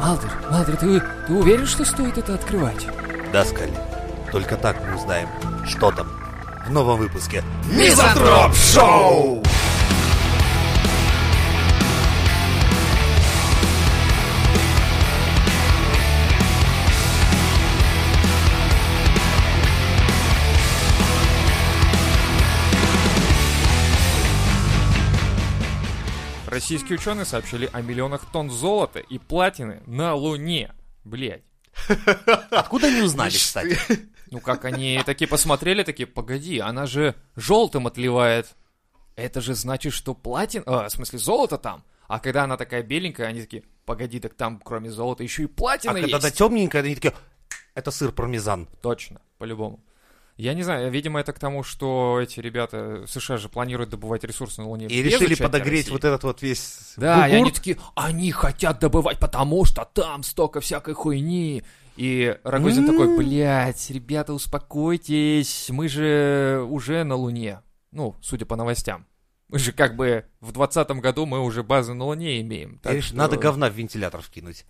Малдер, Малдер, ты, ты уверен, что стоит это открывать? Да, Скалли. Только так мы узнаем, что там в новом выпуске Мизантроп Шоу! Российские ученые сообщили о миллионах тонн золота и платины на Луне. Блять. Откуда они узнали, кстати? Ну как они такие посмотрели, такие, погоди, она же желтым отливает. Это же значит, что платин... А, в смысле, золото там. А когда она такая беленькая, они такие, погоди, так там кроме золота еще и А платина когда есть. до темненькая, они такие, это сыр пармезан. Точно, по-любому. Я не знаю, видимо, это к тому, что эти ребята в США же планируют добывать ресурсы на Луне. И без решили участия подогреть России. вот этот вот весь Да, и бугурт. они такие, они хотят добывать, потому что там столько всякой хуйни. И Рогозин такой, блядь, ребята, успокойтесь, мы же уже на Луне. Ну, судя по новостям. Мы же как бы в двадцатом году мы уже базы на Луне имеем. Я Так решил, что Надо говна в вентилятор вкинуть.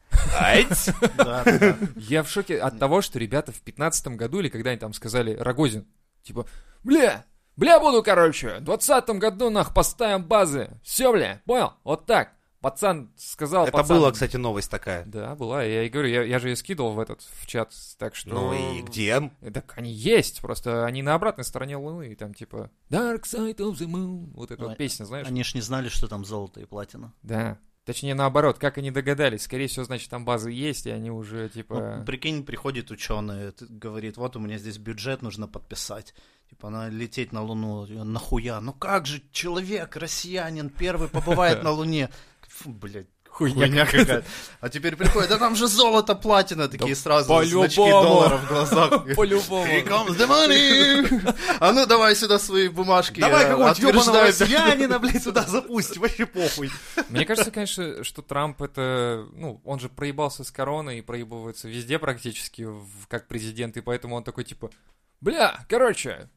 Да, да, да. Я в шоке от того, что ребята в пятнадцатом году или когда они там сказали Рогозин, типа, бля, бля буду, короче, в двадцатом году нах поставим базы. Все, бля, понял? Вот так. Пацан сказал, Это пацан, была, кстати, новость такая. Да, была. Я и говорю, я, я же ее скидывал в этот в чат, так что. Э, Ну и где? Так они есть, просто они на обратной стороне Луны, и там типа Dark Side of the Moon. Вот эта Ну, вот песня, знаешь? Они ж не знали, что там золото и платина. Да. Точнее, наоборот, как они догадались. Скорее всего, значит, там базы есть, и они уже типа. Ну, прикинь, приходит ученый, говорит, вот у меня здесь бюджет нужно подписать. Типа, она лететь на Луну, и он, нахуя? Ну как же человек, россиянин, первый побывает на Луне. Фу, блядь. Хуйня Хуйня какая-то. А теперь приходит, да там же золото, платина, такие сразу по-любому. значки долларов в глазах. По-любому. Here comes the money! А ну давай сюда свои бумажки. Давай э, какого-нибудь ёбаного отверждают. россиянина, блядь, сюда запустим, вообще похуй. Мне кажется, конечно, что Трамп это, ну, он же проебался с короной и проебывается везде практически в- как президент, и поэтому он такой типа, бля, короче,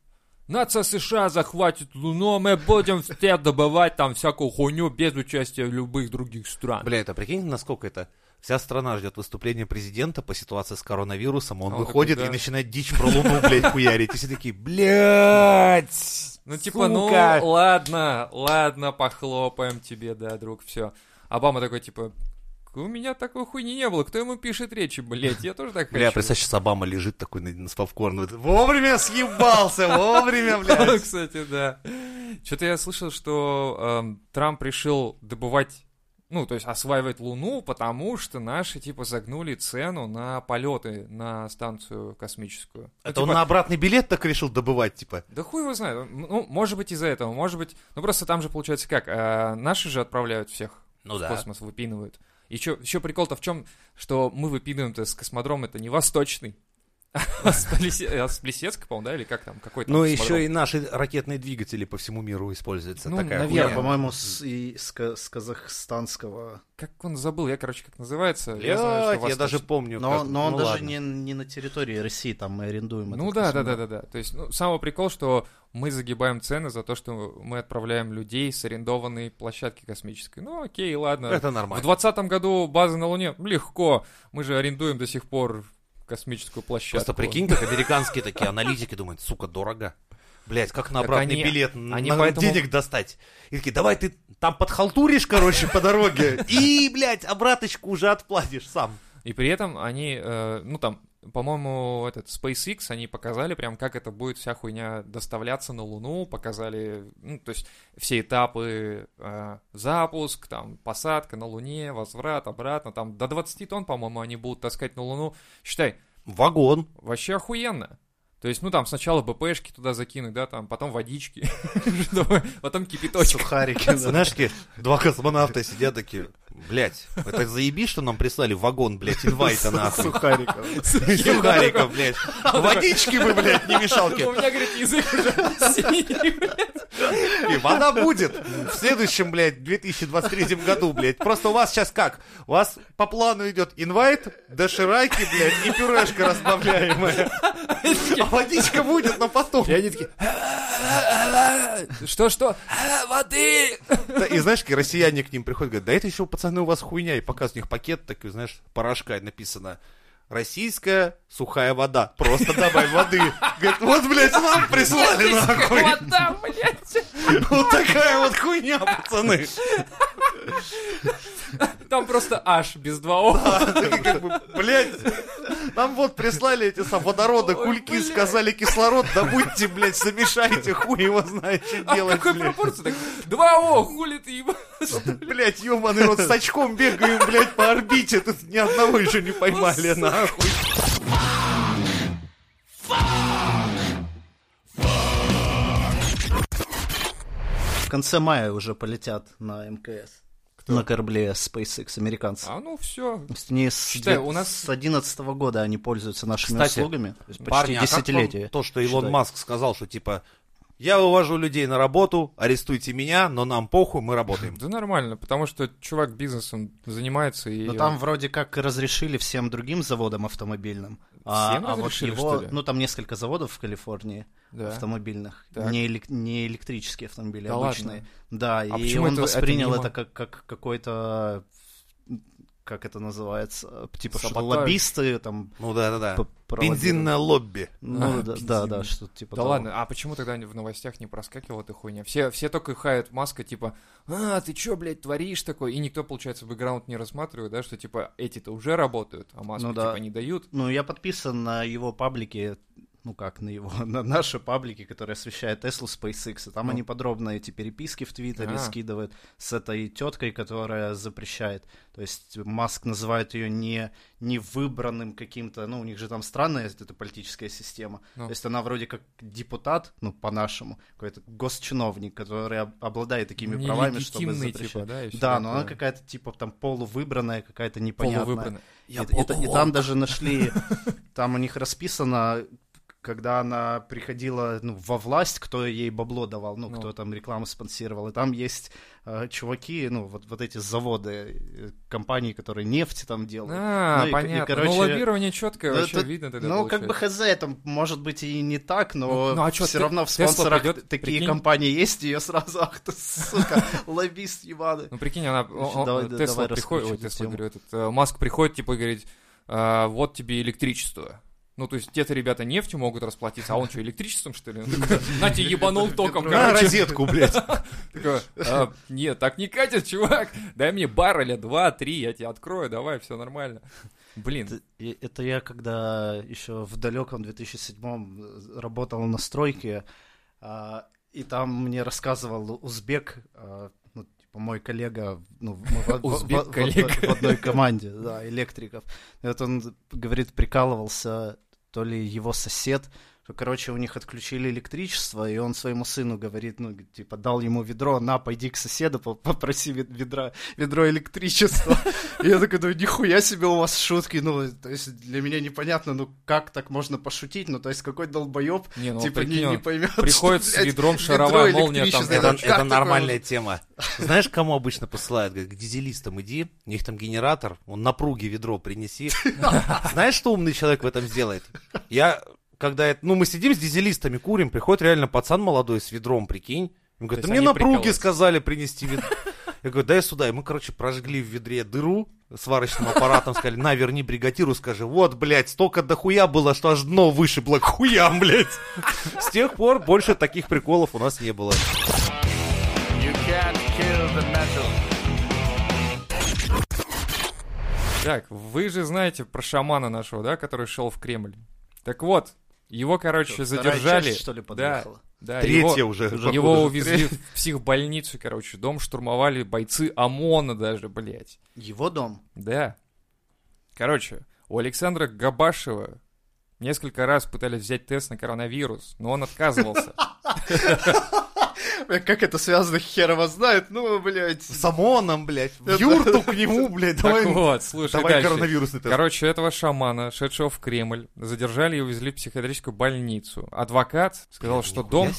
нация США захватит Луну, а мы будем все добывать там всякую хуйню без участия любых других стран. А, Бля, это прикинь, насколько это... Вся страна ждет выступления президента по ситуации с коронавирусом, он А он выходит такой, и да. начинает дичь про луну, блядь, хуярить. И все такие, блядь, Ну, типа, ну, сука!» ладно, ладно, похлопаем тебе, да, друг, все. Обама такой, типа, у меня такой хуйни не было, кто ему пишет речи, блядь, я тоже так Бля, хочу. представь, сейчас Обама лежит такой на- на- с попкорном. Вовремя съебался, вовремя, Ну, блядь. Кстати, да. Что-то я слышал, что эм, Трамп решил добывать, ну, то есть осваивать Луну, потому что наши, типа, загнули цену на полеты на станцию космическую. Ну, Это он типа, на обратный билет так решил добывать, типа. Да хуй его знает. М, Ну, может быть, из-за этого, может быть... Ну, просто там же получается как? э, наши же отправляют всех Ну в космос, выпинывают. Еще, еще прикол-то в чем, что мы выпинываем-то с космодрома, это не восточный, а с Плесе- а с Плесецка, по-моему, да, или как там, какой там Ну, космодром? еще и наши ракетные двигатели по всему миру используются. Ну, Такая наверное. Я, хуйня. по-моему, с, и с ка- с казахстанского. Как он забыл, я, короче, как называется. Блядь, знаю, я, что даже восточный. помню. Но, как- но он ну, даже ладно. не, не на территории России, там мы арендуем. Ну да, да, да, да, да. То есть, ну, самый прикол, что мы загибаем цены за то, что мы отправляем людей с арендованной площадки космической. Ну окей, ладно. Это В нормально. двадцатом году базы на Луне легко. Мы же арендуем до сих пор космическую площадку. Просто прикинь, как американские такие аналитики думают, сука, дорого. Блять, как на Так обратный они- билет н- они на поэтому- денег достать? И такие, давай ты там подхалтуришь, короче, по дороге, и, блядь, обраточку уже отплатишь сам. И при этом они, э, ну там, по-моему, этот SpaceX, они показали прям, как это будет вся хуйня доставляться на Луну, показали, ну, то есть все этапы э, запуск, там, посадка на Луне, возврат обратно, там, до 20 тонн, по-моему, они будут таскать на Луну. Считай, Вагон. вообще охуенно. То есть, ну, там, сначала БПшки туда закинуть, да, там, потом водички, чтобы- потом кипяточек. Сухарики. да. Знаешь, такие два космонавта сидят такие, блядь, это заеби, что нам прислали вагон, блядь, инвайта нахуй. Сухариков. А Сухариков, блядь. Водички бы, блядь, не мешалки. У меня, говорит, язык уже синий, блядь. И она будет в следующем, блядь, 2023 году, блядь. Просто у вас сейчас как? У вас по плану идет инвайт, дошираки, блядь, и пюрешка разбавляемая. А водичка будет, но потом. И они такие... Что-что? Воды! Да, И знаешь, какие россияне к ним приходят, говорят, да это еще, пацаны, у вас хуйня. И показывают у них пакет такой, знаешь, порошка, и написано Российская сухая вода. Просто добавь воды. Говорит, вот, блядь, нам прислали нахуй. Вода, блядь. Вот такая вот хуйня, пацаны. Там просто аж без два о. А ты как бы, блядь, нам вот прислали эти сам водорода, Ой, кульки, блядь. сказали кислород, добудьте, блядь, замешайте, хуй его знает, что А в делать, какой блядь. пропорции? Так, Два о, хули ты ебал. Блядь, ёбаный рот, с очком бегаем, блядь, по орбите, тут ни одного еще не поймали, сука. нахуй. В конце мая уже полетят на МКС. На корабле SpaceX американцы. А ну все. То есть они с, Считай, две- у нас- с 11 года они пользуются нашими Кстати, услугами. То есть почти Парни, а как вам десятилетие. то, что Илон считай. Маск сказал, что типа, я вывожу людей на работу, арестуйте меня, но нам похуй, мы работаем. Да нормально, потому что чувак бизнесом занимается и... Но там вроде как разрешили всем другим заводам автомобильным. а, Всем а вот разрешили, его, что ли? ну там несколько заводов в Калифорнии Да. автомобильных, Так. не, элек- не электрические автомобили, Да обычные. ладно? А Да, и почему он это- это воспринял мимо? это, как, как какой-то, как это называется, типа что Саботаж. лоббисты там. Ну да-да-да. п- проводили. Бензинное лобби. Ну А, да, бензин. да, да, что типа. Да того. ладно, а почему тогда в новостях не проскакивала эта хуйня? Все, все только хают Маска, типа, а, ты чё, блядь, творишь такое? И никто, получается, бэкграунд не рассматривает, да, что, типа, эти-то уже работают, а Маску, Ну да. типа, не дают. Ну, я подписан на его паблике, ну как на его, на наши паблики, которые освещают Tesla SpaceX. И там Ну. они подробно эти переписки в Твиттере А. скидывают с этой теткой, которая запрещает. То есть Маск называет ее не, не выбранным каким-то, ну у них же там странная эта политическая система. Ну. То есть она вроде как депутат, ну по-нашему, какой-то госчиновник, который об- обладает такими правами, чтобы Нелегитимный, запрещать. типа, да? и всё Да, но она такое. какая-то типа там полувыбранная, какая-то непонятная. Полувыбранный. И, и- и- и там даже нашли, там у них расписано, когда она приходила ну, во власть, кто ей бабло давал, ну, Ну. кто там рекламу спонсировал. И там есть э, чуваки, ну, вот, вот эти заводы, э, компании, которые нефть там делают. А, Ну и- и, понятно. короче, ну, лоббирование четкое, ну, вообще это- видно тогда ну, как бы получается. хз, там, может быть, и не так, но Ну, ну, а чё, все Те- равно в Тесла спонсорах придёт, такие прикинь? компании есть, и ее сразу, ах ты, сука, лоббист ебаный. Ну, прикинь, она... Короче, о- о- давай- да- Тесла давай приходит... Ой, раскручивай Тесла, тему. говорю, этот... э, Маск приходит, типа, и говорит, «А, вот тебе электричество. Ну, то есть те-то ребята нефтью могут расплатиться, а он что, электричеством, что ли? Он такой, На тебе ебанул током, На короче. розетку, блядь. Такой, «А, Нет, так не катит, чувак. Дай мне барреля, два, три, я тебе открою, давай, все нормально. Блин, Это, и- это я когда еще в далеком 2007 э, работал на стройке, а, и там мне рассказывал узбек, а, ну, типа мой коллега, ну, мы в- в- Узбек в- в- коллега. в одной команде, да, электриков. И вот он, говорит, прикалывался, то ли его сосед, что, короче, у них отключили электричество, и он своему сыну говорит, ну, типа, дал ему ведро, на, пойди к соседу, по- попроси вед- ведра, ведро электричества. И я такой, думаю, нихуя себе у вас шутки, ну, то есть для меня непонятно, ну, как так можно пошутить, ну, то есть какой долбоеб, не, ну типа, прикинь, не, не он поймет, приходит что, с блядь, ведром ведро шаровая молния там, электричества, короче. Это, как это такое нормальная тема. Знаешь, кому обычно посылают? Говорят, к дизелистам иди, у них там генератор, он напруги ведро принеси. Знаешь, что умный человек в этом сделает? Я, когда это, ну мы сидим с дизелистами, курим, приходит реально пацан молодой с ведром, прикинь. Он говорит, То есть да мне они напруги прикалываются. сказали принести ведро. Я говорю, дай сюда. И мы, короче, прожгли в ведре дыру сварочным аппаратом, сказали, на, верни бригадиру, скажи, вот, блядь, столько дохуя было, что аж дно вышибло к хуям, блядь. С тех пор больше таких приколов у нас не было. Так, вы же знаете про шамана нашего, да, который шел в Кремль. Так вот, его, короче, Вторая задержали. часть, что ли, Да, подъехала? Да, Третья его- уже. Его, походу. увезли в психбольницу, короче, дом штурмовали бойцы ОМОНа даже, блядь. Его дом. Да. Короче, у Александра Габашева несколько раз пытались взять тест на коронавирус, но он отказывался. Бля, Как это связано, хер его знает. Ну, блядь. С ОМОНом, блядь, в юрту к нему, блядь, Так давай, вот, слушай давай дальше. коронавирусный тест. Короче, этого шамана, шедшего в Кремль, задержали и увезли в психиатрическую больницу. Адвокат сказал, что дом,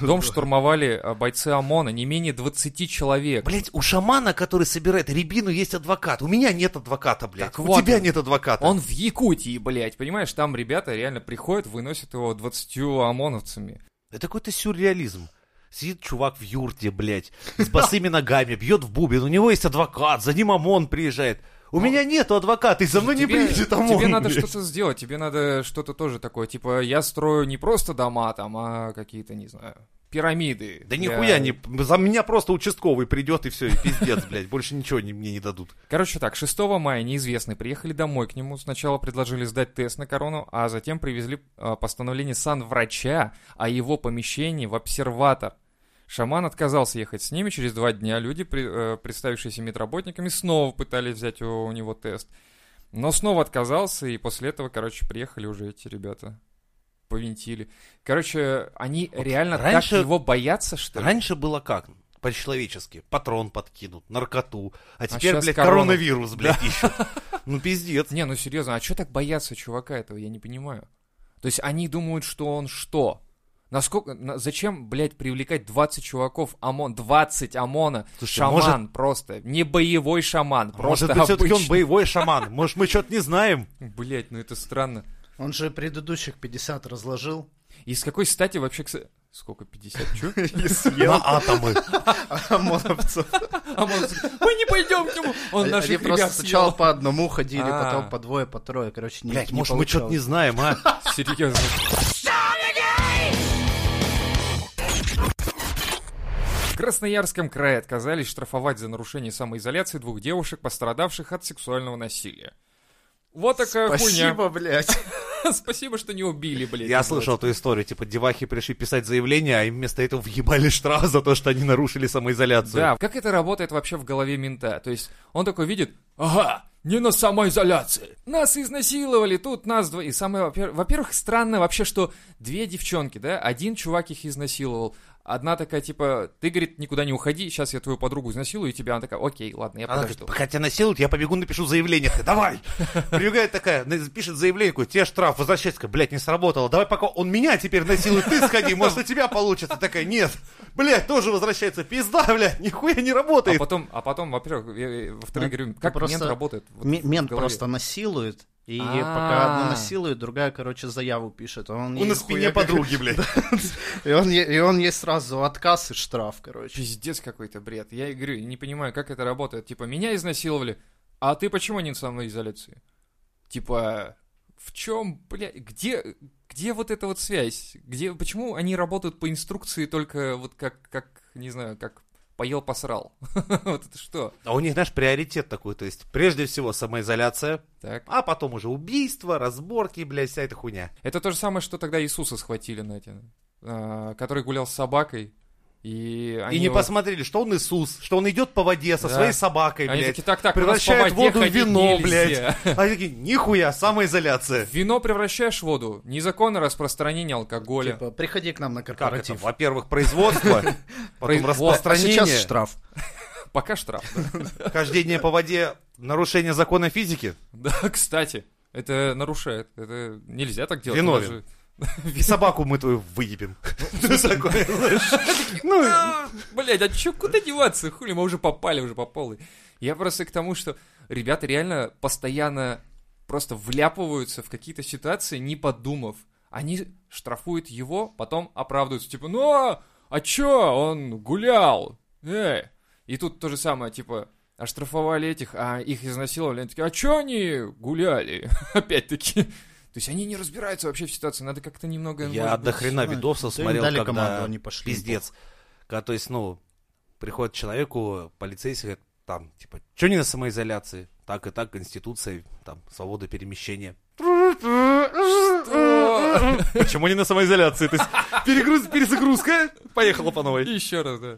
дом штурмовали а, бойцы ОМОНа, не менее 20 человек. Блять, у шамана, который собирает рябину, есть адвокат. У меня нет адвоката, блядь. Так У вот тебя он. нет адвоката. Он в Якутии, блядь, понимаешь, там ребята реально приходят, выносят его 20 ОМОНовцами. Это какой-то сюрреализм. Сидит чувак в юрте, блядь, с босыми ногами, бьет в бубен. У него есть адвокат, за ним ОМОН приезжает. У меня нету адвоката, и за мной ну не приедет ОМОН. тебе надо блядь. что-то сделать, тебе надо что-то тоже такое, типа, я строю не просто дома там, а какие-то, не знаю, пирамиды. Да для- нихуя не... За меня просто участковый придет, и все, и пиздец, блядь. Больше ничего не- мне не дадут. Короче так, 6 мая неизвестные приехали домой к нему. Сначала предложили сдать тест на корону, а затем привезли э, постановление санврача о его помещении в обсерватор. Шаман отказался ехать с ними. Через два дня люди, при- э, представившиеся медработниками, снова пытались взять у, у него тест. Но снова отказался, и после этого, короче, приехали уже эти ребята. Повинтили. Короче, они реально раньше- так его боятся, что ли? Раньше было как? По-человечески. Патрон подкинут, наркоту. А теперь, щас блядь, корона. коронавирус, блядь, ищут. Ну, пиздец. Не, ну серьезно, а что так боятся чувака этого, я не понимаю. То есть они думают, что он что? Насколько, на- зачем, блядь, привлекать 20 чуваков ОМОН, 20 ОМОНа, Слушай, шаман просто, не боевой шаман, просто Может быть, все-таки он обычный. боевой шаман. Может, мы что-то не знаем. Блядь, ну это странно. Он же предыдущих 50 разложил. И с какой стати вообще... кс- Сколько, 50? Чё? И съел На атомы. А, ОМОНовцев. ОМОН, мы не пойдем к нему, А он Они наших просто ребят сначала съел. по одному ходили, А. потом по двое, по трое. Короче, не Блять, не может, мы что-то не получалось. знаем, а? Серьезно. В Красноярском крае отказались штрафовать за нарушение самоизоляции двух девушек, пострадавших от сексуального насилия. Вот такая Спасибо, блядь. хуйня. Спасибо, что не убили, блин. Я слышал эту историю, типа, девахи пришли писать заявление, а им вместо этого въебали штраф за то, что они нарушили самоизоляцию. Да, как это работает вообще в голове мента? То есть он такой видит, ага, не на самоизоляции. Нас изнасиловали, тут нас два. И самое, во-пер- во-первых, странно вообще, что две девчонки, да, один чувак их изнасиловал. Одна такая, типа, ты, говорит, никуда не уходи, сейчас я твою подругу изнасилую, и тебя она такая, окей, ладно, я Она подожду. говорит, пока тебя насилуют, я побегу, напишу заявление. Такая, давай! Прибегает такая, на- пишет заявление, такой, тебе штраф, возвращается, такая, блядь, не сработало. Давай пока он меня теперь насилует, ты сходи, может, у тебя получится. Такая, нет, блядь, тоже возвращается, пизда, блядь, нихуя не А работает. потом, а потом, во-первых, я- я- во-вторых, Ну, говорю, как просто мент работает? вот М- в Мент голове? просто насилует. И А. пока одну насилует, другая, короче, заяву пишет. а Он, ей Он на спине хуя как- подруги, блядь. И он, е- и он ей сразу отказ и штраф, короче. Пиздец какой-то бред. Я и говорю, не понимаю, как это работает. Типа, меня изнасиловали, а ты почему не в самоизоляции? Типа, в чем, бля, где, где вот эта вот связь? Где, почему они работают по инструкции только вот как, как, не знаю, как поел-посрал? Вот это что? А у них, знаешь, приоритет такой, то есть прежде всего самоизоляция, Так. а потом уже убийство, разборки, блядь, вся эта хуйня. Это то же самое, что тогда Иисуса схватили, знаете, а, который гулял с собакой, и они И не его- посмотрели, что он Иисус, что он идет по воде со Да. своей собакой, Они блядь. такие, так-так, у нас по воде превращают воду в ходить вино, нельзя». блядь. А они такие, нихуя, самоизоляция. Вино превращаешь в воду. Незаконное распространение алкоголя. Типа, приходи к нам на Как это? корпоратив. Во-первых, производство, потом Производ- А сейчас распространение, штраф. Пока штраф. да. хождение по воде, нарушение закона физики Да, кстати, это нарушает. Это нельзя так делать. Виновен. и собаку мы твою выебем. Ну, такое, знаешь. Блять, а чё, куда деваться? Хули, мы уже попали уже по полной. Я просто к тому, что ребята реально постоянно просто вляпываются в какие-то ситуации, не подумав. Они штрафуют его, потом оправдываются. Типа, ну, а- а чё, он гулял. Эй. И тут то же самое, типа, оштрафовали этих, а их изнасиловали. Они такие, а чё они гуляли? Опять-таки. То есть они не разбираются вообще в ситуации. Надо как-то немного... Я может быть, до хрена знаешь, видосов да им смотрел, дали когда команду, они пошли, пиздец. Когда, то есть, ну, приходит человеку, полицейский говорит, там, типа, что не на самоизоляции? Так и так, Конституция, там, свобода перемещения. Почему не на самоизоляции? То есть, перегруз- перезагрузка, поехала по новой. Еще раз, да.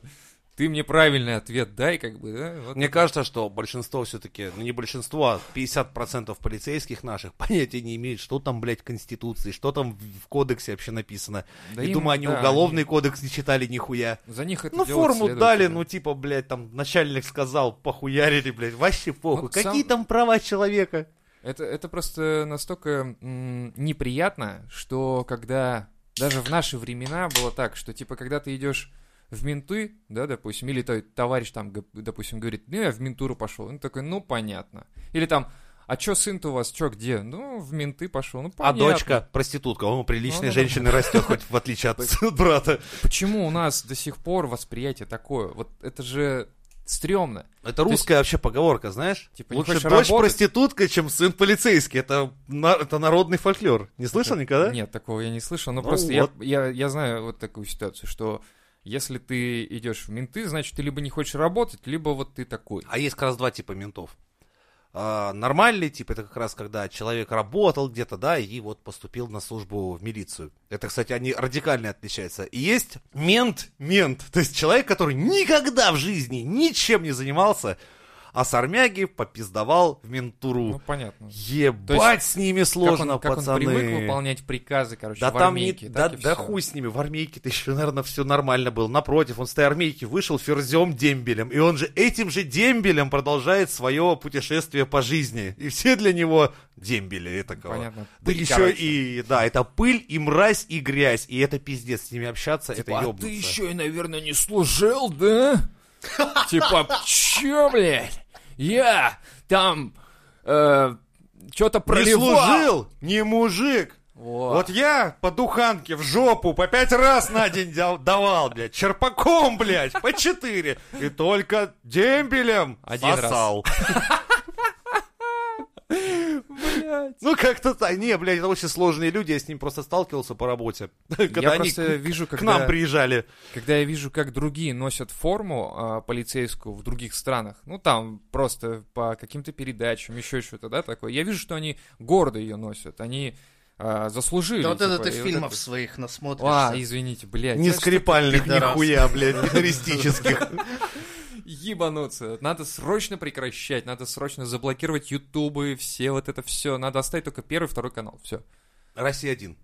ты мне правильный ответ дай, как бы, да? Вот. Мне кажется, что большинство все-таки, ну не большинство, а 50% полицейских наших понятия не имеют, что там, блядь, в Конституции, что там в в кодексе вообще написано. Да и им, думаю, они да, уголовный кодекс не читали нихуя. За них это Ну, делают форму дали, следователи. ну, типа, блядь, там начальник сказал, похуярили, блядь, вообще похуй. Вот сам- Какие там права человека? Это, это просто настолько м, неприятно, что когда даже в наши времена было так, что типа когда ты идешь в менты, да, допустим, или твой товарищ там, г- допустим, говорит, ну я в ментуру пошел, ну такой, ну понятно. Или там, а чё сын-то у вас, чё где? Ну в менты пошел, ну А понятно. дочка проститутка, он приличной Ну, да. женщины растет, хоть в отличие от брата. Почему у нас до сих пор восприятие такое? Вот это же стрёмно. Это То есть- русская вообще поговорка, знаешь? Типа, не Лучше хочешь дочь работать? проститутка, чем сын полицейский. Это на- это народный фольклор. Не слышал никогда? Нет, такого я не слышал. Но Ну просто я- вот. я, я, знаю вот такую ситуацию, что если ты идешь в менты, значит, ты либо не хочешь работать, либо вот ты такой. А есть как раз два типа ментов. А, нормальный тип, это как раз когда человек работал где-то, да, и вот поступил на службу в милицию. Это, кстати, они радикально отличаются. И есть мент-мент, то есть человек, который никогда в жизни ничем не занимался, а с армяги попиздовал в Ну, ментуру. понятно. Ебать с ними сложно, как он, как он пацаны. привык выполнять приказы, короче, Да в там не, армейке, да, так и да всё. хуй с ними, в армейке ты еще, наверное, все нормально было. Напротив, он с той армейки вышел ферзем дембелем, и он же этим же дембелем продолжает свое путешествие по жизни. И все для него дембели это Понятно. Да Пыль, еще короче. и, да, это пыль и мразь и грязь, и это пиздец, с ними общаться, это Типа, а ебнуться. ты еще и, наверное, не служил, да? Типа, чё, блядь? Я там что-то Не проливал. служил, не мужик. Вот. Вот я по духанке в жопу по пять раз на день дал- давал, блядь, черпаком, блядь, по четыре. И только дембелем Один раз. сосал. Ну, как-то так. Не, блядь, это очень сложные люди, я с ним просто сталкивался по работе. Я Когда они просто к вижу, к когда... нам приезжали. Когда я вижу, как другие носят форму а, полицейскую в других странах, ну там просто по каким-то передачам, еще что-то, да, такое, я вижу, что они гордо ее носят, они а, заслужили. Да вот типа, это ты и вот фильмов это- своих А, насмотришься. извините, блядь. Не я что-то скрипальных пидорас. нихуя, блядь, гитаристических. Ебануться. Надо срочно прекращать, надо срочно заблокировать ютубы, все вот это все. Надо оставить только первый, второй канал, все. Россия один.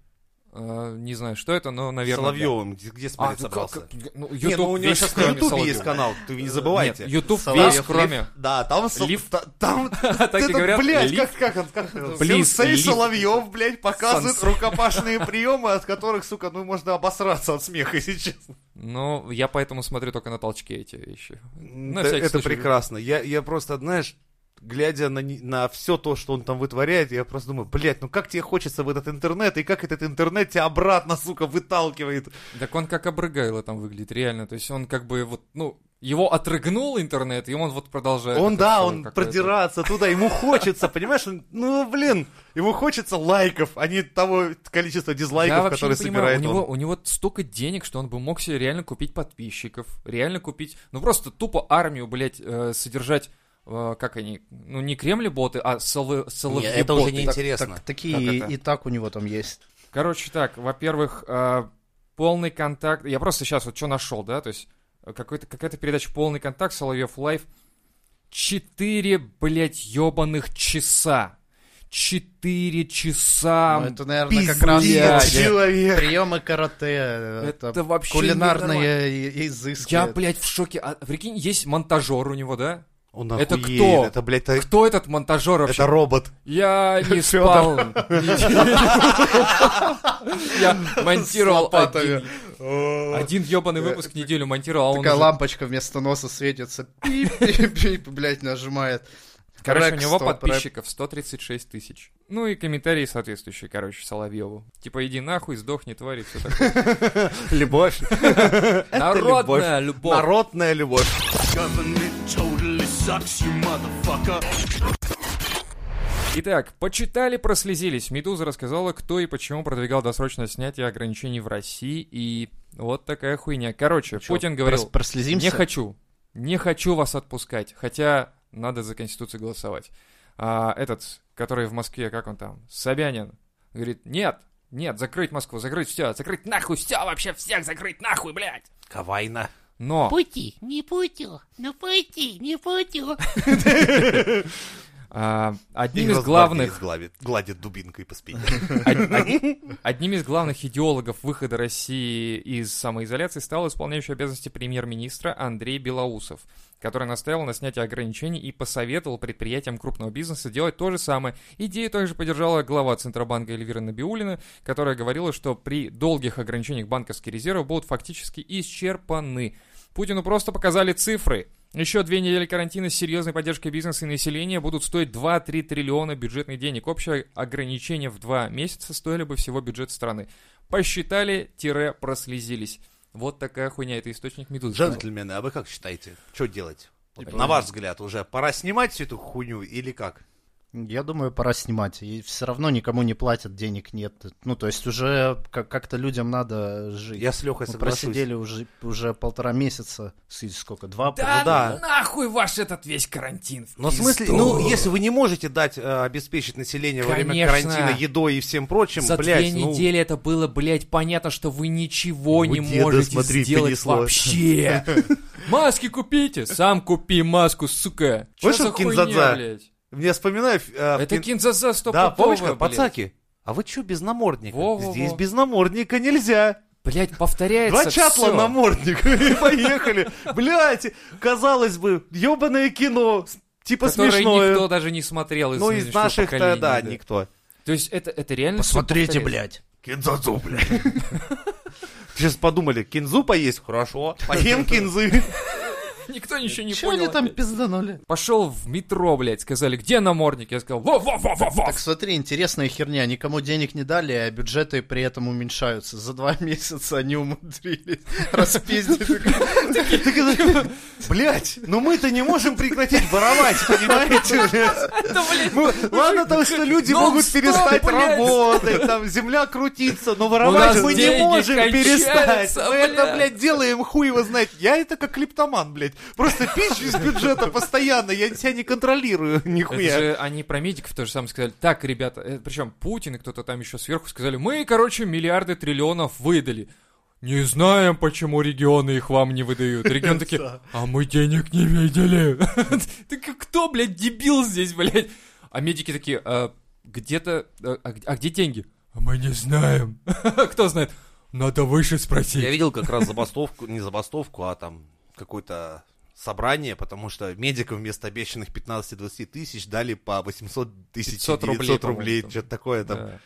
не знаю, что это, но, наверное... да. Соловьевым, где где А, смотреть ну, как- собрался? как- ну, Не, ну у YouTube него весь, сейчас на кроме Ютубе есть Соловьева. канал, ты не Нет, забывайте. YouTube Соловьев, весь, кроме... Да, там... со- Лиф. та- Там Так и Это, говорят, блядь, лифт. как, как, он- как он- Плиз, Сенсей лифт. Соловьев, блядь, показывает Сенсей. рукопашные приемы, от которых, сука, ну можно обосраться от смеха сейчас. Ну, я поэтому смотрю только на толчке эти вещи. На Да, всякий это случай. прекрасно. Я, я просто, знаешь, глядя на, не- на все то, что он там вытворяет, я просто думаю, блядь, ну как тебе хочется в этот интернет, и как этот интернет тебя обратно, сука, выталкивает. Так он как обрыгайло там выглядит, реально. То есть он как бы вот, ну, его отрыгнул интернет, и он вот продолжает. он, это да, всё он какое-то. продирается туда, ему хочется, понимаешь, он- ну, блин, ему хочется лайков, а не того количества дизлайков, Я вообще не которые понимаю, собирает у он. него, у него столько денег, что он бы мог себе реально купить подписчиков, реально купить, ну просто тупо армию, блядь, э, содержать, э, как они, ну не кремли-боты, а солы- соловьи-боты. неинтересно. Так- Такие Как и- это? и так у него там есть. Короче, так, во-первых, э, полный контакт. Я просто сейчас вот что нашел, да, то есть э, какой-то, какая-то передача «Полный контакт», «Соловьев лайф». Четыре, блядь, ебаных часа. Четыре часа. Ну, это, наверное, Пиздец, как раз блядь. те человек. приемы карате. Это Это, вообще кулинарные и- изыски. Я, блядь, в шоке. А, прикинь, есть монтажер у него, да? Он Это охуеет, кто? Это, блядь, Э, это, Кто этот монтажер вообще? это робот. Я не спал. Я монтировал лопатами. Э, один- один ебаный выпуск неделю монтировал, а он Такая уже лампочка вместо носа светится. Пип-пип-пип, блядь, нажимает. Короче, Рэк у него 100, подписчиков 136 тысяч. Ну и комментарии соответствующие, короче, Соловьеву. Типа, иди нахуй, сдохни, тварь, и все такое. Любовь. Народная любовь. Народная любовь. Итак, почитали, прослезились. Медуза рассказала, кто и почему продвигал досрочное снятие ограничений в России. И вот такая хуйня. Короче, Чё, Путин прос- говорил, Прослезимся. не хочу, не хочу вас отпускать. Хотя надо за Конституцию голосовать. А этот, который в Москве, как он там, Собянин, говорит, нет, нет, закрыть Москву, закрыть все, закрыть нахуй все, вообще всех закрыть нахуй, блядь. Кавайна. Но Пути, не путю, ну пути, не путю. а, одним Игорь из Златкис главных гладит, гладит дубинкой по спине. од- од- одним из главных идеологов выхода России из самоизоляции стал исполняющий обязанности премьер-министра Андрей Белоусов, который настоял на снятии ограничений и посоветовал предприятиям крупного бизнеса делать то же самое. Идею также поддержала глава Центробанка Эльвира Набиулина, которая говорила, что при долгих ограничениях банковские резервы будут фактически исчерпаны. Путину просто показали цифры. Еще две недели карантина с серьезной поддержкой бизнеса и населения будут стоить 2-3 триллиона бюджетных денег. Общее ограничение в 2 месяца стоили бы всего бюджет страны. Посчитали-прослезились. Вот такая хуйня, это источник медузы. Джентльмены, а вы как считаете? Что делать? Вот на ваш взгляд, уже пора снимать всю эту хуйню или как? Я думаю, пора снимать. И все равно никому не платят, денег нет. Ну, то есть уже как- как-то людям надо жить. Я с Лехой Ну, Мы соглашусь. просидели уже, уже полтора месяца, с- сколько, два? Да, Ну да. ну нахуй ваш этот весь карантин. в Но в смысле, пизду. ну, если вы не можете дать, э, обеспечить население во время Конечно. карантина едой и всем прочим, За блядь, две ну, недели это было, блядь, понятно, что вы ничего У не деда, можете смотри, сделать понесло. вообще. Маски купите, сам купи маску, сука. Чё Слышал за хуйня, Кинзадза? блядь? мне вспоминаю... э, в Это пин- кинзаза стопудово, Да, помнишь, блядь. как пацаки? А вы чё без намордника? Во-во-во. Здесь без намордника нельзя. Блядь, повторяется Два чапла всё. намордник. И поехали. Блять, казалось бы, ебаное кино. с- Типа Которое никто смешное. даже не смотрел из Ну, из нынешнего наших-то, поколения, да, никто. То есть это, это реально всё Посмотрите, повторяется. блядь. Кинзацу, блядь. Сейчас подумали, кинзу поесть? Хорошо. Поем кинзы. Никто ничего не Чего понял. они там пизданули? Пошел в метро, блядь, сказали, где намордник? Я сказал, во-во-во-во-во. Так смотри, интересная херня. Никому денег не дали, а бюджеты при этом уменьшаются. За два месяца они умудрились распиздить. Блять, ну мы-то не можем прекратить воровать, понимаете? блядь? Это, блядь, Мы- ну, Ладно того, что люди Нон-стоп, могут перестать блядь. работать, там земля крутится, но У воровать нас мы не деньги можем перестать. кончаются, Мы это, блядь. блядь, делаем, хуй его знает. Я это как клиптоман, блядь. Просто пищу из бюджета постоянно, я себя не контролирую, Это нихуя. же они про медиков тоже самое сказали. Так, ребята, причем Путин и кто-то там еще сверху сказали, мы, короче, миллиарды триллионов выдали. Не знаем, почему регионы их вам не выдают. Регионы такие, а мы денег не видели. Так кто, блядь, дебил здесь, блядь? А медики такие, «А где-то, а а где деньги? А мы не знаем. Кто знает? Надо выше Я спросить. видел как раз забастовку, не забастовку, а там какое-то собрание, потому что медикам вместо обещанных 15-20 тысяч дали по 800 тысяч 500 900 рублей, рублей, по-моему, там. что-то такое там. Да.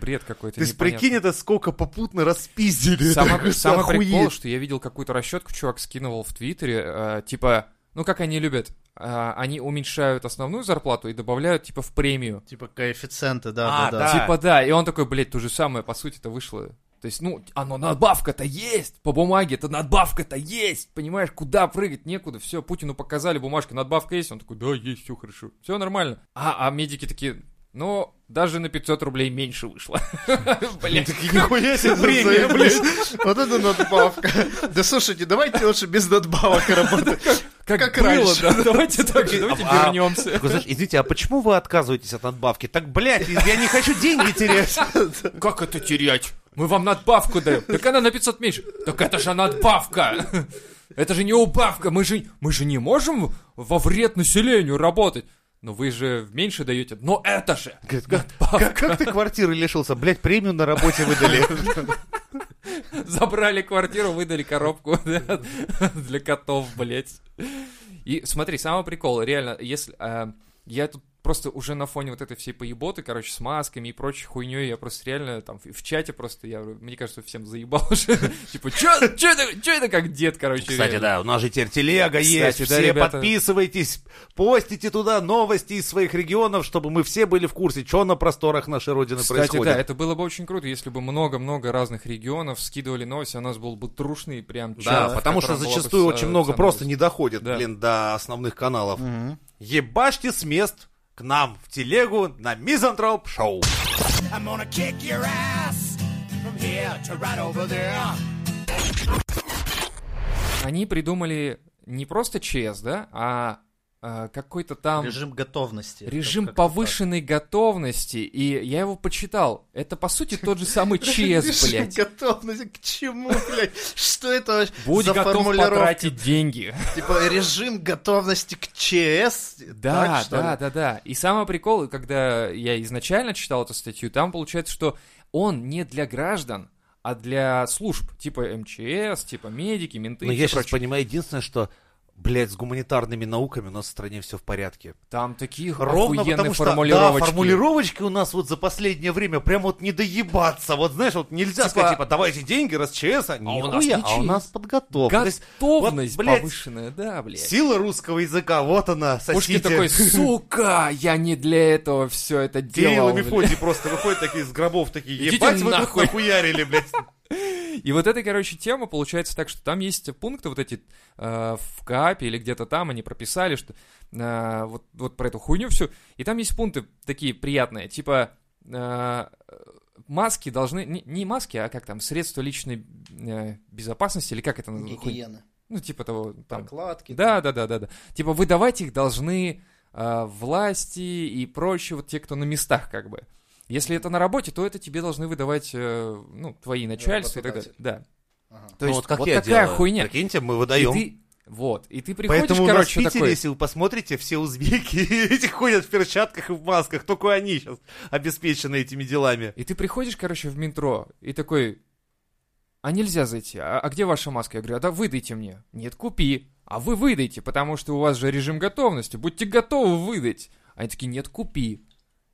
Бред какой-то. То есть, непонятный. прикинь, это сколько попутно распиздили. Само- Это самый охуеть. прикол, что я видел какую-то расчетку, чувак скинул в Твиттере, э, типа, ну как они любят, э, они уменьшают основную зарплату и добавляют типа в премию. Типа коэффициенты, да, А, да, да. да. Типа да, и он такой, блядь, то же самое, по сути-то вышло. То есть, ну, оно надбавка-то есть, по бумаге это надбавка-то есть, понимаешь, куда прыгать, некуда, все, Путину показали бумажки, надбавка есть, он такой, да, есть, все хорошо, все нормально. А, а медики такие, ну, даже на 500 рублей меньше вышло. Блядь, «Ну, Нихуя себе премия, блядь. Заебись. Вот это надбавка. Да слушайте, давайте лучше без надбавок работать. как как было, раньше. да, давайте так же, давайте А- вернемся. Такой, знаешь, извините, а почему вы отказываетесь от надбавки? Так, блядь, я не хочу деньги терять. Как это терять? Мы вам надбавку даем. Так она на 500 меньше. Так это же надбавка. Это же не убавка. Мы же, мы же не можем во вред населению работать. Но вы же меньше даете. Но это же. Говорит, «Как- Как как ты квартиры лишился? Блядь, премию на работе выдали. Забрали квартиру, выдали коробку да, для котов, блядь. И смотри, самый прикол, реально, если... а, я тут просто уже на фоне вот этой всей поеботы, короче, с масками и прочей хуйней, я просто реально там в- в чате просто, я, мне кажется, всем заебал уже. Типа, чё, чё это, чё это как дед, короче. Кстати, реально. да, у нас же теперь телега есть. Кстати, да, все ребята. подписывайтесь, постите туда новости из своих регионов, чтобы мы все были в курсе, что на просторах нашей родины Кстати, происходит. да, это было бы очень круто, если бы много-много разных регионов скидывали новости, а у нас был бы трушный прям чат. Да, в потому что котором была бы зачастую вся- очень много вся просто новость. не доходит, Да. блин, до основных каналов. Ебашьте с мест к нам в телегу на Мизантроп Шоу. I'm gonna kick your ass from here to right over there. Они придумали не просто ЧС, да, а э, какой-то там Режим готовности. режим Как-то повышенной готовности, и я его почитал. Это, по сути, тот же самый так. ЧС, Режим блядь. готовности к чему, блядь? Что это вообще Будь за готов формулировка? потратить деньги. Типа режим готовности к ЧС? Да, Так, что да, ли? да, да. И самый прикол, когда я изначально читал эту статью, там получается, что он не для граждан, а для служб, типа МЧС, типа медики, менты Но и Ну, я всё сейчас прочее. понимаю единственное, что, блядь, с гуманитарными науками у нас в стране все в порядке. Там такие Ровно охуенные потому что, да, формулировочки. формулировочки у нас вот за последнее время прям вот не доебаться. Вот знаешь, вот нельзя Типа- сказать, типа, давайте деньги, раз ЧС, у нас а, нихуя, не а у ЧС. нас подготовка. То есть Готовность вот, блядь, повышенная, да, блядь. Сила русского языка, вот она, Пушкин сосите. такой, сука, я не для этого все это Кирилл делал. и блядь». Мефодий просто выходят такие из гробов, такие, Идите ебать, вы тут нахуй». нахуярили, блядь. И вот эта, короче, тема получается так, что там есть пункты вот эти э, в КАПе или где-то там, они прописали, что э, вот, вот про эту хуйню всю. И там есть пункты такие приятные, типа э, маски должны, не, не маски, а как там, средства личной э, безопасности или как это называется? хуйня? Гигиена. Ну, типа того, там, Прокладки. Да, да, да, да, да. Типа выдавать их должны э, власти и прочие, вот те, кто на местах, как бы. Если это на работе, то это тебе должны выдавать, э, ну, твои начальства и так далее. работодатель. Да. Ага. То есть Ну, вот такая хуйня. Прикиньте, мы И выдаем. ты, вот, и ты приходишь, Поэтому короче, у нас в Питере, такой, если вы посмотрите, все узбеки эти ходят в перчатках и в масках. Только они сейчас обеспечены этими делами. и ты приходишь, короче, в метро, и такой, а нельзя зайти, а, а где ваша маска? Я говорю, а да выдайте мне. Нет, купи. А вы выдайте, потому что у вас же режим готовности, будьте готовы выдать. Они такие, нет, купи.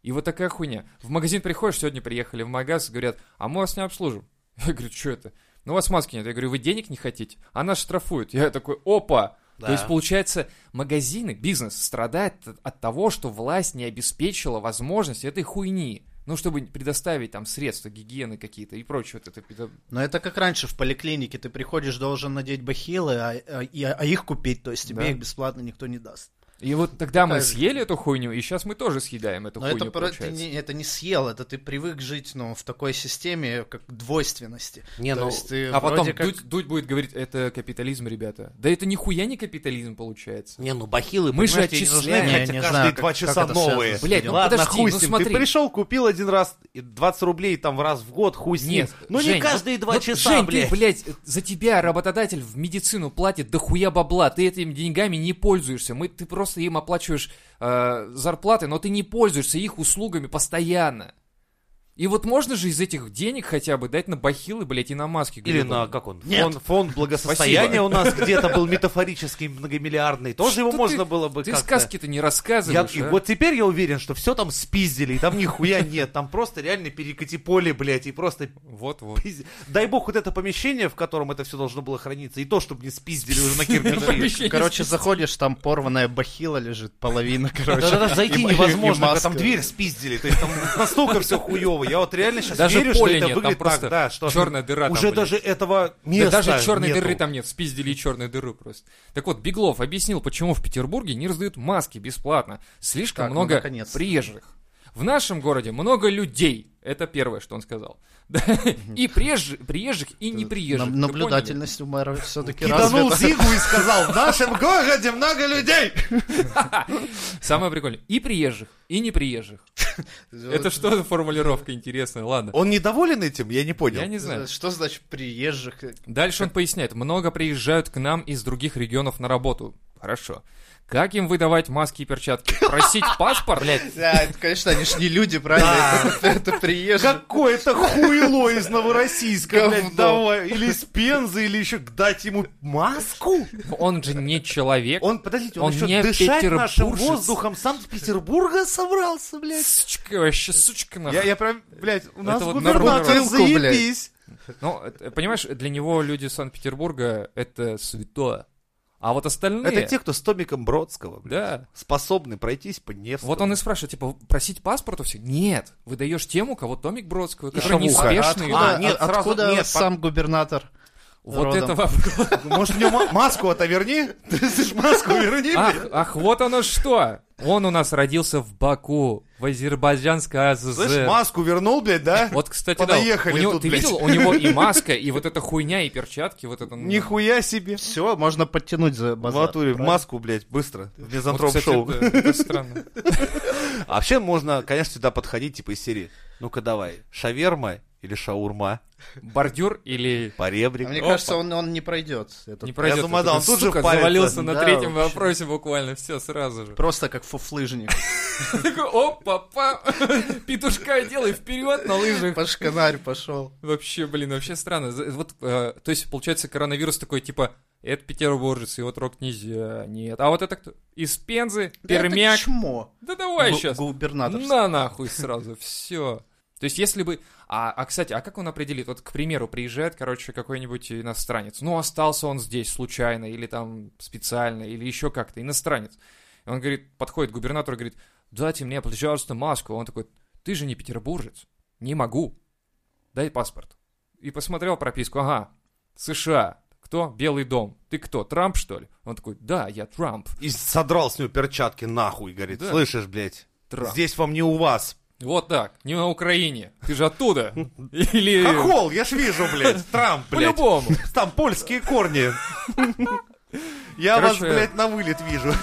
И вот такая хуйня. В магазин приходишь, сегодня приехали в магаз, говорят, а мы вас не обслужим. Я говорю, что это? Ну, у вас маски нет. Я говорю, вы денег не хотите? А нас штрафуют. Я такой, опа! Да. То есть, получается, магазины, бизнес страдает от- от того, что власть не обеспечила возможность этой хуйни. Ну, чтобы предоставить там средства гигиены какие-то и прочее. Вот это, педо- Но это как раньше в поликлинике. Ты приходишь, должен надеть бахилы, а, а- и- а их купить, то есть тебе Да. их бесплатно никто не даст. И вот тогда мы Такая же съели эту хуйню, и сейчас мы тоже съедаем эту Но хуйню, это, про- ты получается. не, это не съел, это ты привык жить ну, в такой системе, как двойственности. Не, То ну, есть ты А потом вроде как- Дудь, Дудь будет говорить, это капитализм, ребята. Да это нихуя не капитализм получается. Не, ну бахилы, Мы же понимаете, не отчисляем. нужны, Не, хотя не каждые знаю, как- два как часа это новые. связано с Блядь, ну Ладно, подожди, хуй ну с ним. смотри. Ты пришел, купил один раз, и 20 рублей там раз в год, хуй с ним. Нет, ну не Жень, каждые два вот, часа, Жень, блядь. ты, блядь, за тебя работодатель в медицину платит дохуя бабла, ты этими деньгами не пользуешься, мы, ты просто им оплачиваешь э, зарплаты, но ты не пользуешься их услугами постоянно. И вот можно же из этих денег хотя бы дать на бахилы, блядь, и на маски. Или гребаные. на, как он, Нет. фонд, фонд благосостояния Спасибо. у нас где-то был метафорический, многомиллиардный. Тоже его Что можно ты- было бы Ты как-то... сказки-то не Я- рассказываешь, и а? вот теперь я уверен, что все там спиздили, и там нихуя нет, там просто реально перекати поле, блядь, и просто Вот-вот. пизд- Дай бог вот это помещение, в котором это все должно было храниться, и то, чтобы не спиздили уже на кирпичи. Помещение Короче, заходишь, там порванная бахила лежит, половина, короче. Да, да, да, зайти И ма- и невозможно, когда маска. там дверь спиздили, то есть там настолько все хуево. Я вот реально сейчас Даже верю, что поля это нет, там выглядит просто так, да, что черная дыра там, уже блядь. даже этого Да места даже черной нету. дыры там нет, спиздили и черную дыру просто. Так вот, Беглов объяснил, почему в Петербурге не раздают маски бесплатно. Слишком Так, ну, много наконец-то. приезжих. В нашем городе много людей. Это первое, что он сказал. Да, И приезж- приезжих, и не приезжих. Наб- Вы Наблюдательность у мэра все-таки Киданул развита. Зигу и сказал, в нашем городе много людей. поняли? Самое прикольное. И приезжих, и не приезжих. Это что за формулировка интересная? Ладно. Он недоволен этим? Я не понял. Я не знаю. Э, Что значит приезжих? Дальше он поясняет. Много приезжают к нам из других регионов на работу. Хорошо. Как им выдавать маски и перчатки? Просить паспорт? Да, это, конечно, они же не люди, правильно? Это- Это приезжие. Какое-то хуйло из Новороссийска, блядь, Говно. давай. Или из Пензы, или еще дать ему маску? Он же не человек. Он, подождите, он, Он еще не дышать нашим петербуржец. воздухом Санкт-Петербурга собрался, блядь. Сучка, вообще сучка нахуй. Я, я прям, блядь, у нас вот губернатор, на рынку, блядь. заебись. Ну, э, понимаешь, для него люди Санкт-Петербурга — это святое. А вот остальные... Это те, кто с Томиком Бродского, блядь, Да. способны пройтись по Невскому. Вот он и спрашивает, типа, просить паспорт у всех? Нет. Выдаешь тему, кого Томик Бродского, который Шавуха. неспешный. А, А, нет, а- сразу- откуда нет, сам губернатор? Вот Родом. это вопрос. Может, мне ма- маску отоверни? Ты слышишь, маску верни мне. Ах, ах, вот оно что! Он у нас родился в Баку, в азербайджанской АЗЗ. Слышь, маску вернул, блядь, да? Вот, кстати, да, Понаехали у него, тут, ты блядь. видел, у него и маска, и вот эта хуйня, и перчатки, вот это... ну, Нихуя себе. Все, можно подтянуть за В базар. натуре, правильно? маску, блядь, быстро. В вот, мизантроп кстати, шоу. это- это странно. А Вообще можно, конечно, сюда подходить, типа из серии. Ну-ка давай, шаверма или шаурма? Бордюр или... По А ребрику. Мне Опа. кажется, он, он не пройдет. Это Не пройдет. думаю, вот да, этот, он тут же сука, впарится. завалился на Да, третьем вообще. вопросе буквально, все, сразу же. просто как фуфлыжник. Такой, опа-па, петушка делай вперед на лыжах. Паш Канарь пошел. Вообще, блин, вообще странно. За- Вот, э, то есть, получается, коронавирус такой, типа, это петербуржец, его трогать нельзя, нет. А вот это кто? Из Пензы, Пермяк. Это чмо. Да давай Гу- сейчас. Губернаторский. На нахуй сразу, все. То есть, если бы... А, а, кстати, а как он определит? Вот, к примеру, приезжает, короче, какой-нибудь иностранец. Ну, остался он здесь случайно, или там специально, или еще как-то, иностранец. И он говорит, подходит к губернатору и говорит, дайте мне, пожалуйста, маску. Он такой, ты же не петербуржец, не могу, дай паспорт. И посмотрел прописку, ага, США, кто? Белый дом. Ты кто, Трамп, что ли? Он такой, да, я Трамп. И содрал с него перчатки нахуй, говорит. Да. Слышишь, блядь, Трамп. здесь вам не у вас. Вот так, не на Украине. Ты же оттуда. Или... Хохол, я ж вижу, блядь, Трамп, блядь. По-любому. Там польские корни. Я вас, Короче, блядь, на вылет вижу.